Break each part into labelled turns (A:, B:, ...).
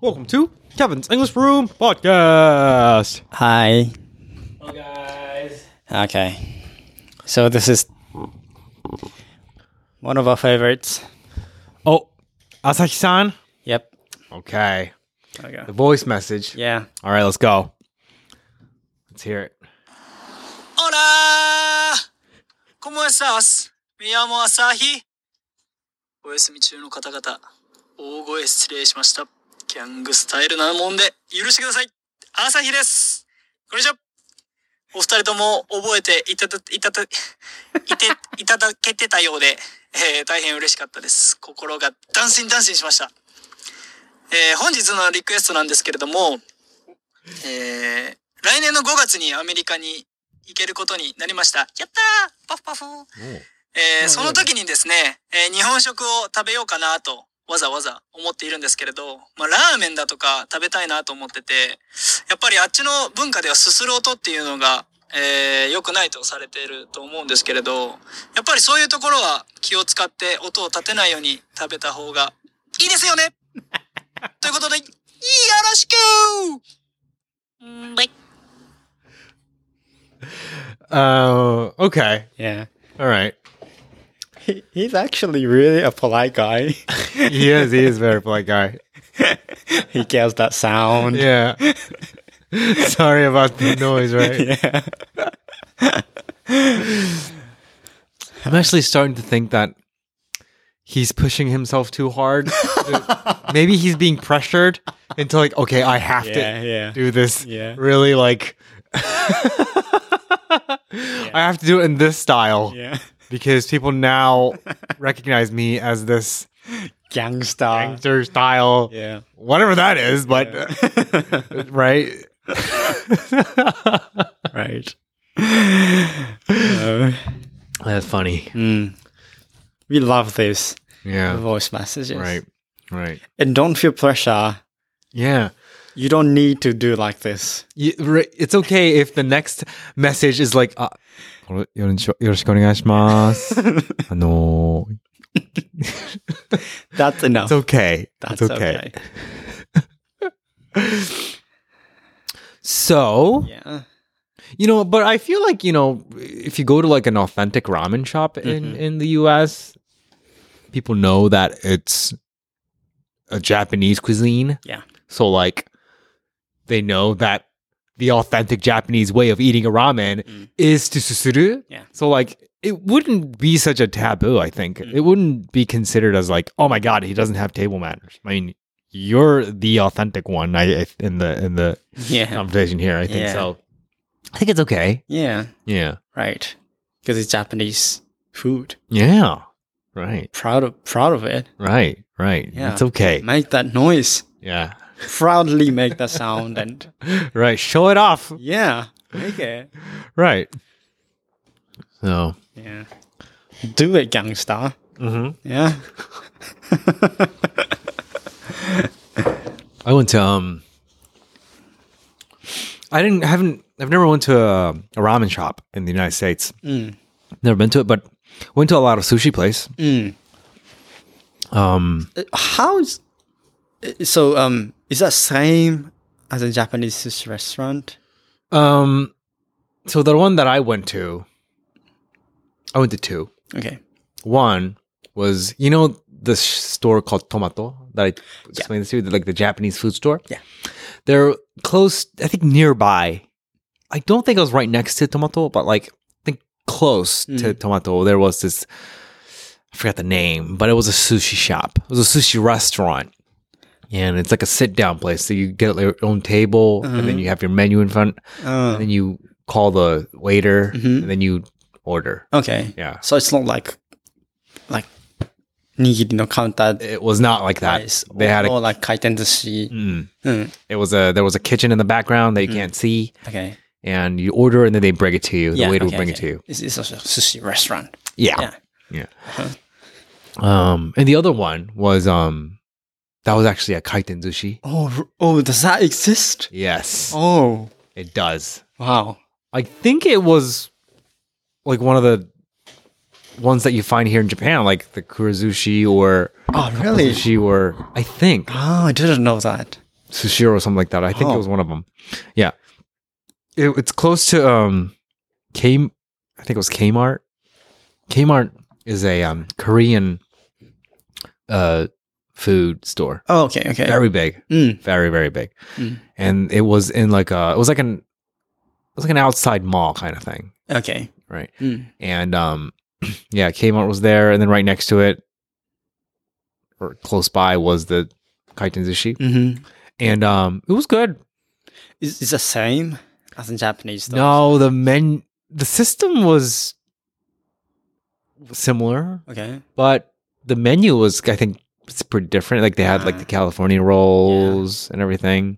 A: Welcome to Kevin's English Room Podcast.
B: Hi.
A: Hello, guys.
B: Okay. So this is one of our favorites.
A: Oh, Asahi san.
B: Yep.
A: Okay.
B: Okay.
A: The voice message.
B: Yeah.
A: All right, let's go. Let's hear it.
C: Hola! ¿Cómo estás? Me llamo Asahi. お休み中の方々、大声失礼しました。ギャングスタイルなもんで、許してください。朝日です。こんにちは。お二人とも覚えていただ、いただ、いて、いただけてたよう で、えー大変嬉しかったです。心がダンシンダンシンしました。えー本日のリクエストなんですけれども、えー来年の5月にアメリカに行けることになりました。やったーパフパフえーその時にですね、えー日本食を食べようかなと、わざわざ思っているんですけれど、まあ、ラーメンだとか食べたいなと思ってて、やっぱりあっちの文化ではすする音っていうのが、えー良くないとされていると思うんですけれど、やっぱりそういうところは気を使って音を立てないように食べた方がいいですよねということで、よろしくんーバイ
A: Uh, okay.
B: Yeah.
A: All right.
B: He, he's actually really a polite guy.
A: He is. He is a very polite guy.
B: he gets that sound.
A: Yeah. Sorry about the noise, right?
B: Yeah.
A: I'm actually starting to think that he's pushing himself too hard. Maybe he's being pressured into like, okay, I have
B: Yeah,
A: to
B: yeah.
A: do this.
B: Yeah.
A: Really like I have to do it in this style
B: Yeah.
A: because people now recognize me as this
B: Gangster.
A: gangster style,
B: Uh, Yeah.
A: whatever that is, but right?
B: right. No.
A: That's funny.
B: Mm. We love this
A: Yeah.
B: voice messages.
A: Right. Right.
B: And don't feel pressure.
A: Yeah.
B: You don't need to do like this.
A: You, ri- it's okay if the next message is like, uh, これよろしくよろしくお願いします。 あのー
B: That's enough.
A: it's okay.
B: That's
A: it's okay.
B: okay.
A: So,
B: Yeah.
A: you know, but I feel like, you know, if you go to like an authentic ramen shop in,
B: Mm-hmm.
A: in the US, people know that it's a Japanese cuisine.
B: Yeah.
A: So, like, they know that the authentic Japanese way of eating a ramen
B: Mm.
A: is to susuru.
B: Yeah.
A: So, like, it wouldn't be such a taboo, I think.
B: Mm.
A: It wouldn't be considered as like, oh my God, he doesn't have table manners. I mean, you're the authentic one I, I- in the in the
B: Yeah.
A: conversation here. I think
B: Yeah.
A: so. I think it's okay.
B: Yeah.
A: Yeah.
B: Right. Because it's Japanese food.
A: Yeah. Right.
B: Proud of proud of it.
A: Right. Right.
B: Yeah.
A: It's okay.
B: Make that noise.
A: Yeah.
B: Proudly make that sound and
A: Right. Show it off.
B: yeah. Make it.
A: Right. So.
B: Yeah. Do it, gangsta.
A: Mhm.
B: Yeah.
A: I went to um. I didn't haven't I've never went to a, a ramen shop in the United States.
B: Mm.
A: Never been to it, but went to a lot of sushi place.
B: Mm.
A: Um,
B: Uh, How's uh, so um is that same as a Japanese sushi restaurant?
A: um, so the one that I went to, I went to two.
B: Okay.
A: One was you know the sh- store called Tomato that I explained this to you, like the Japanese food store.
B: Yeah.
A: they're close. I think nearby. I don't think I was right next to Tomato, but like I think close to Tomato there was this. I forgot the name, but it was a sushi shop. It was a sushi restaurant. And it's like a sit down place. So you get your own table and then you have your menu in front. And
B: Uh,
A: then you call the waiter
B: Mhm.
A: and then you order.
B: okay.
A: Yeah.
B: So it's not like like nigiri no counter
A: It was not like that.
B: rice
A: They had a
B: or like kaiten sushi.
A: Mm.
B: Mm.
A: It was a there was a kitchen in the background
B: Hmm.
A: that you can't see,
B: Okay.
A: and you order, and then they bring it to you. The waiter
B: okay,
A: will bring it
B: okay.
A: to you.
B: It's, it's also a sushi restaurant.
A: Yeah,
B: Yeah. Uh-huh.
A: yeah. Um, and the other one was um, that was actually a kaiten sushi.
B: Oh, r- oh, does that exist?
A: Yes,
B: Oh,
A: it does.
B: wow.
A: I think it was like one of the ones that you find here in Japan, like the kurazushi or
B: Oh, really?
A: sushi, or I think
B: Oh, I didn't know that.
A: Sushiro or something like that. I think
B: Huh.
A: it was one of them. Yeah, It- it's close to um, K. I think it was Kmart. Kmart is a um, Korean uh food store.
B: Oh, okay, okay.
A: Very big,
B: Mm.
A: very very big,
B: Mm.
A: and it was in like a it was like an it was like an outside mall kind of thing,
B: Okay.
A: right?
B: Mm.
A: and um yeah kmart was there and then right next to it or close by was the kaiten sushi
B: hmm
A: and um it was good
B: Is is the same as in Japanese stuff?
A: no the men the system was similar
B: Okay.
A: but the menu was i think it's pretty different like they had like the california rolls and everything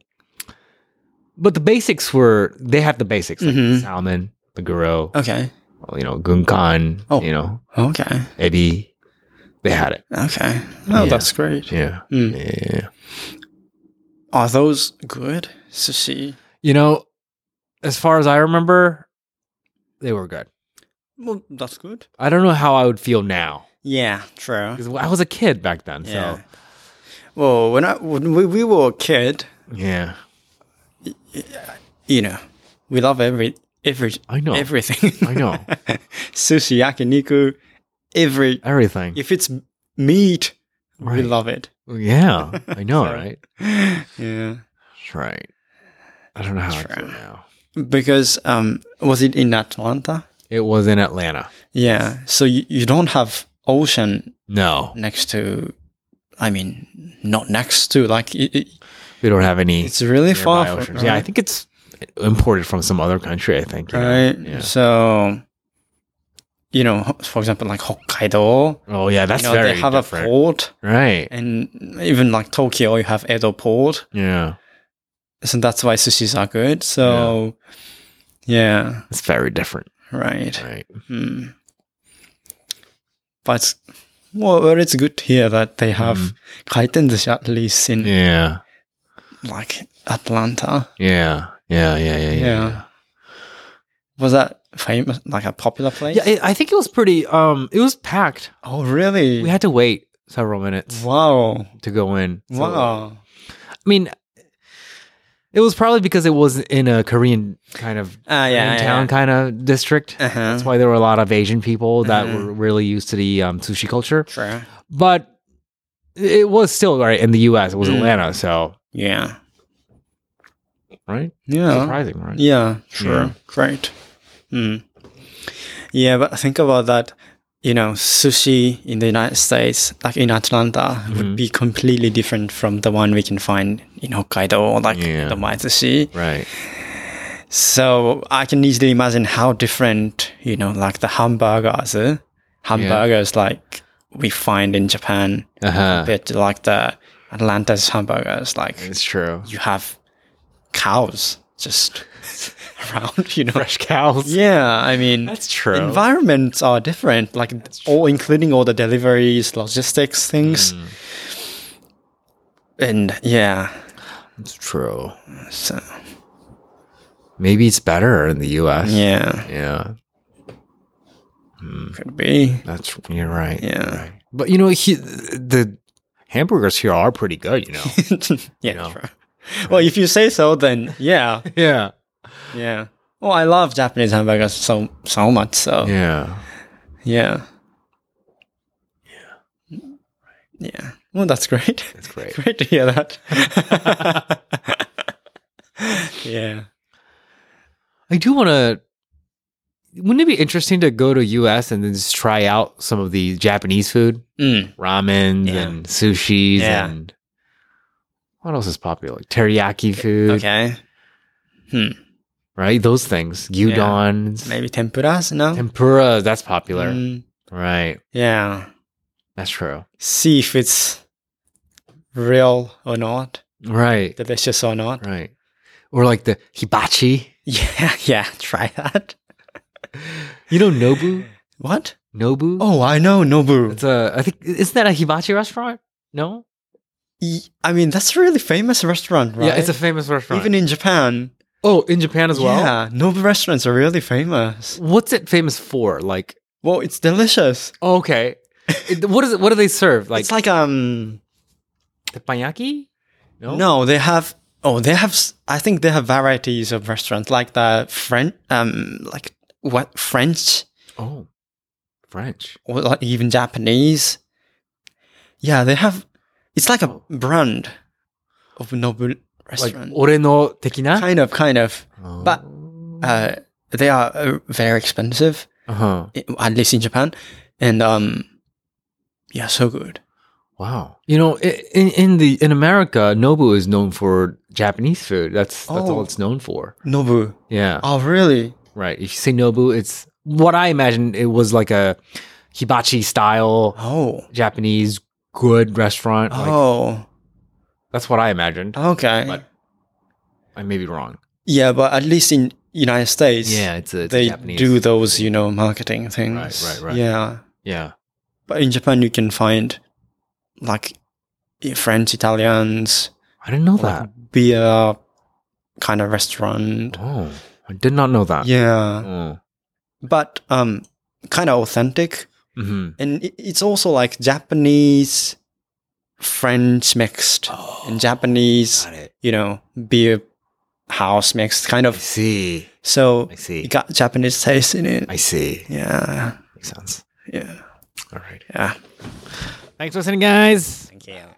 A: but the basics were they had the basics like
B: Mhm.
A: salmon the guro
B: Okay.
A: you know gunkan
B: Oh.
A: you know
B: Okay.
A: ebi they had it
B: Okay. Oh,
A: Yeah.
B: that's great.
A: yeah
B: Mm.
A: Yeah.
B: Are those good sushi?
A: You know, as far as I remember, they were good.
B: Well, that's good.
A: I don't know how I would feel now
B: Yeah, true.
A: because I was a kid back then.
B: Yeah.
A: So
B: Well, when I when we, we were a kid,
A: yeah,
B: you know, we love every every
A: I know
B: everything.
A: Oh, I know.
B: sushi, yakiniku, every
A: everything.
B: if it's meat, we
A: Right.
B: love it.
A: yeah, I know,
B: So-
A: right?
B: Yeah.
A: That's right. I don't know how I feel
B: Sure.
A: now.
B: Because um was it in Atlanta?
A: It was in Atlanta.
B: Yeah. So you, you don't have ocean
A: No,
B: next to I mean not next to like it, it-
A: we don't have any.
B: it's really far
A: nearby
B: from
A: oceans. Yeah, I
B: right?
A: think it's imported from some other country. I think. you know?
B: right?
A: Yeah.
B: So, you know, ho- for example, like Hokkaido,
A: Oh yeah, that's
B: you know,
A: very
B: they have
A: different.
B: a port,
A: right.
B: and even like Tokyo, you have Edo port,
A: Yeah,
B: so that's why sushis are good. So, yeah,
A: it's very different.
B: right.
A: Right.
B: Hmm. But well, well, it's good to hear that they have kaiten sushi at least in
A: Mm-hmm. Yeah.
B: like Atlanta.
A: Yeah. Yeah. Yeah. Yeah. Yeah.
B: Yeah. Was that famous, like a popular place?
A: Yeah, it, I think it was pretty. Um, it was packed.
B: oh, really?
A: We had to wait several minutes
B: wow.
A: to go in. So,
B: wow.
A: I mean, it was probably because it was in a Korean kind of
B: Ah, yeah,
A: Korean town kind of district.
B: Uh-huh.
A: That's why there were a lot of Asian people that
B: Mhm.
A: were really used to the um, sushi culture.
B: Sure.
A: But it was still right in the U.S. It was
B: Mm.
A: Atlanta, so
B: Yeah.
A: right,
B: Yeah.
A: surprising, right?
B: Oh. Yeah. Sure.
A: Yeah.
B: Great. Mm. Yeah, but think about that. You know, sushi in the United States, like in Atlanta, would
A: Mhm.
B: be completely different from the one we can find in Hokkaido or like
A: Yeah.
B: the Maitsushi.
A: Right.
B: So I can easily imagine how different, you know, like the hamburgers, eh? hamburgers like we find in Japan
A: Uh huh.
B: compared to like the Atlanta's hamburgers, like
A: It's true.
B: you have cows just around, you know.
A: Fresh cows.
B: Yeah, I mean,
A: That's true.
B: environments are different, like all including all the deliveries, logistics things.
A: Hmm.
B: And yeah,
A: it's true.
B: so
A: Maybe it's better in the U.S.
B: yeah,
A: Yeah,
B: could be.
A: that's you're right. you're
B: Yeah.
A: right. but you know, he, the hamburgers here are pretty good. You know.
B: yeah,
A: know.
B: sure. Well, if you say so, then yeah,
A: yeah.
B: yeah. Well, I love Japanese hamburgers so so much.
A: Oh.
B: So
A: Yeah.
B: yeah, yeah, yeah. Well, that's great.
A: That's great.
B: Great to hear that. yeah.
A: I do want to. Wouldn't it be interesting to go to U.S. and then just try out some of the Japanese food,
B: Mm.
A: ramen
B: Yeah.
A: and sushis
B: Yeah.
A: and what else is popular? Like teriyaki food,
B: Okay. Hmm.
A: right? Those things, gyudon,
B: Maybe tempuras? No.
A: tempura. That's popular,
B: Mm,
A: right?
B: yeah.
A: That's true,
B: See if it's real or not,
A: right?
B: delicious or not.
A: Right. Or like the hibachi.
B: Yeah. Yeah. Try that.
A: You know Nobu?
B: What?
A: Nobu?
B: Oh, I know Nobu.
A: It's a, I think, isn't that a hibachi restaurant? No?
B: E- I mean, that's a really famous restaurant, right?
A: Yeah, it's a famous restaurant.
B: even in Japan.
A: oh, in Japan as well?
B: Yeah, Nobu restaurants are really famous.
A: What's it famous for? Like,
B: Well, it's delicious.
A: oh, okay. It- what is it? What do they serve? Like,
B: it's like um
A: teppanyaki? No?
B: no, they have Oh, they have. s- I think they have varieties of restaurants like the French, um, like what French
A: Oh, French.
B: or like even Japanese. Yeah, they have. It's like a brand of Nobu
A: Like, Oh.
B: restaurant.
A: 俺の的な
B: kind of, kind of. but- Uh, they are uh, very expensive,
A: uh-huh.
B: i- at least in Japan, and um, yeah, so good.
A: Wow. You know, i- in in the in America, Nobu is known for Japanese food. That's that's
B: Oh.
A: all it's known for.
B: Nobu.
A: Yeah.
B: Oh, really?
A: Right. If you say Nobu, it's what I imagine it was like a hibachi style
B: Oh,
A: Japanese good restaurant. Like,
B: oh,
A: That's what I imagined.
B: okay.
A: But- I may be wrong.
B: yeah, but at least in United States,
A: Yeah, it's a, it's a
B: they
A: Japanese.
B: do those, you know, marketing things.
A: right, right.
B: Yeah,
A: Yeah.
B: but in Japan, you can find like i- French, Italians,
A: I didn't know
B: like,
A: that.
B: beer kind of restaurant.
A: Oh, I did not know that.
B: Yeah,
A: Oh.
B: but um, kind of authentic.
A: hmm
B: and it- it's also like Japanese, French mixed, and Japanese,
A: Oh, Got it.
B: you know, beer house mixed kind
A: I
B: of.
A: see.
B: So
A: I see.
B: it got Japanese taste in it.
A: I see.
B: Yeah,
A: Makes sense.
B: yeah,
A: All right.
B: yeah.
A: Thanks for listening, guys.
B: Thank you.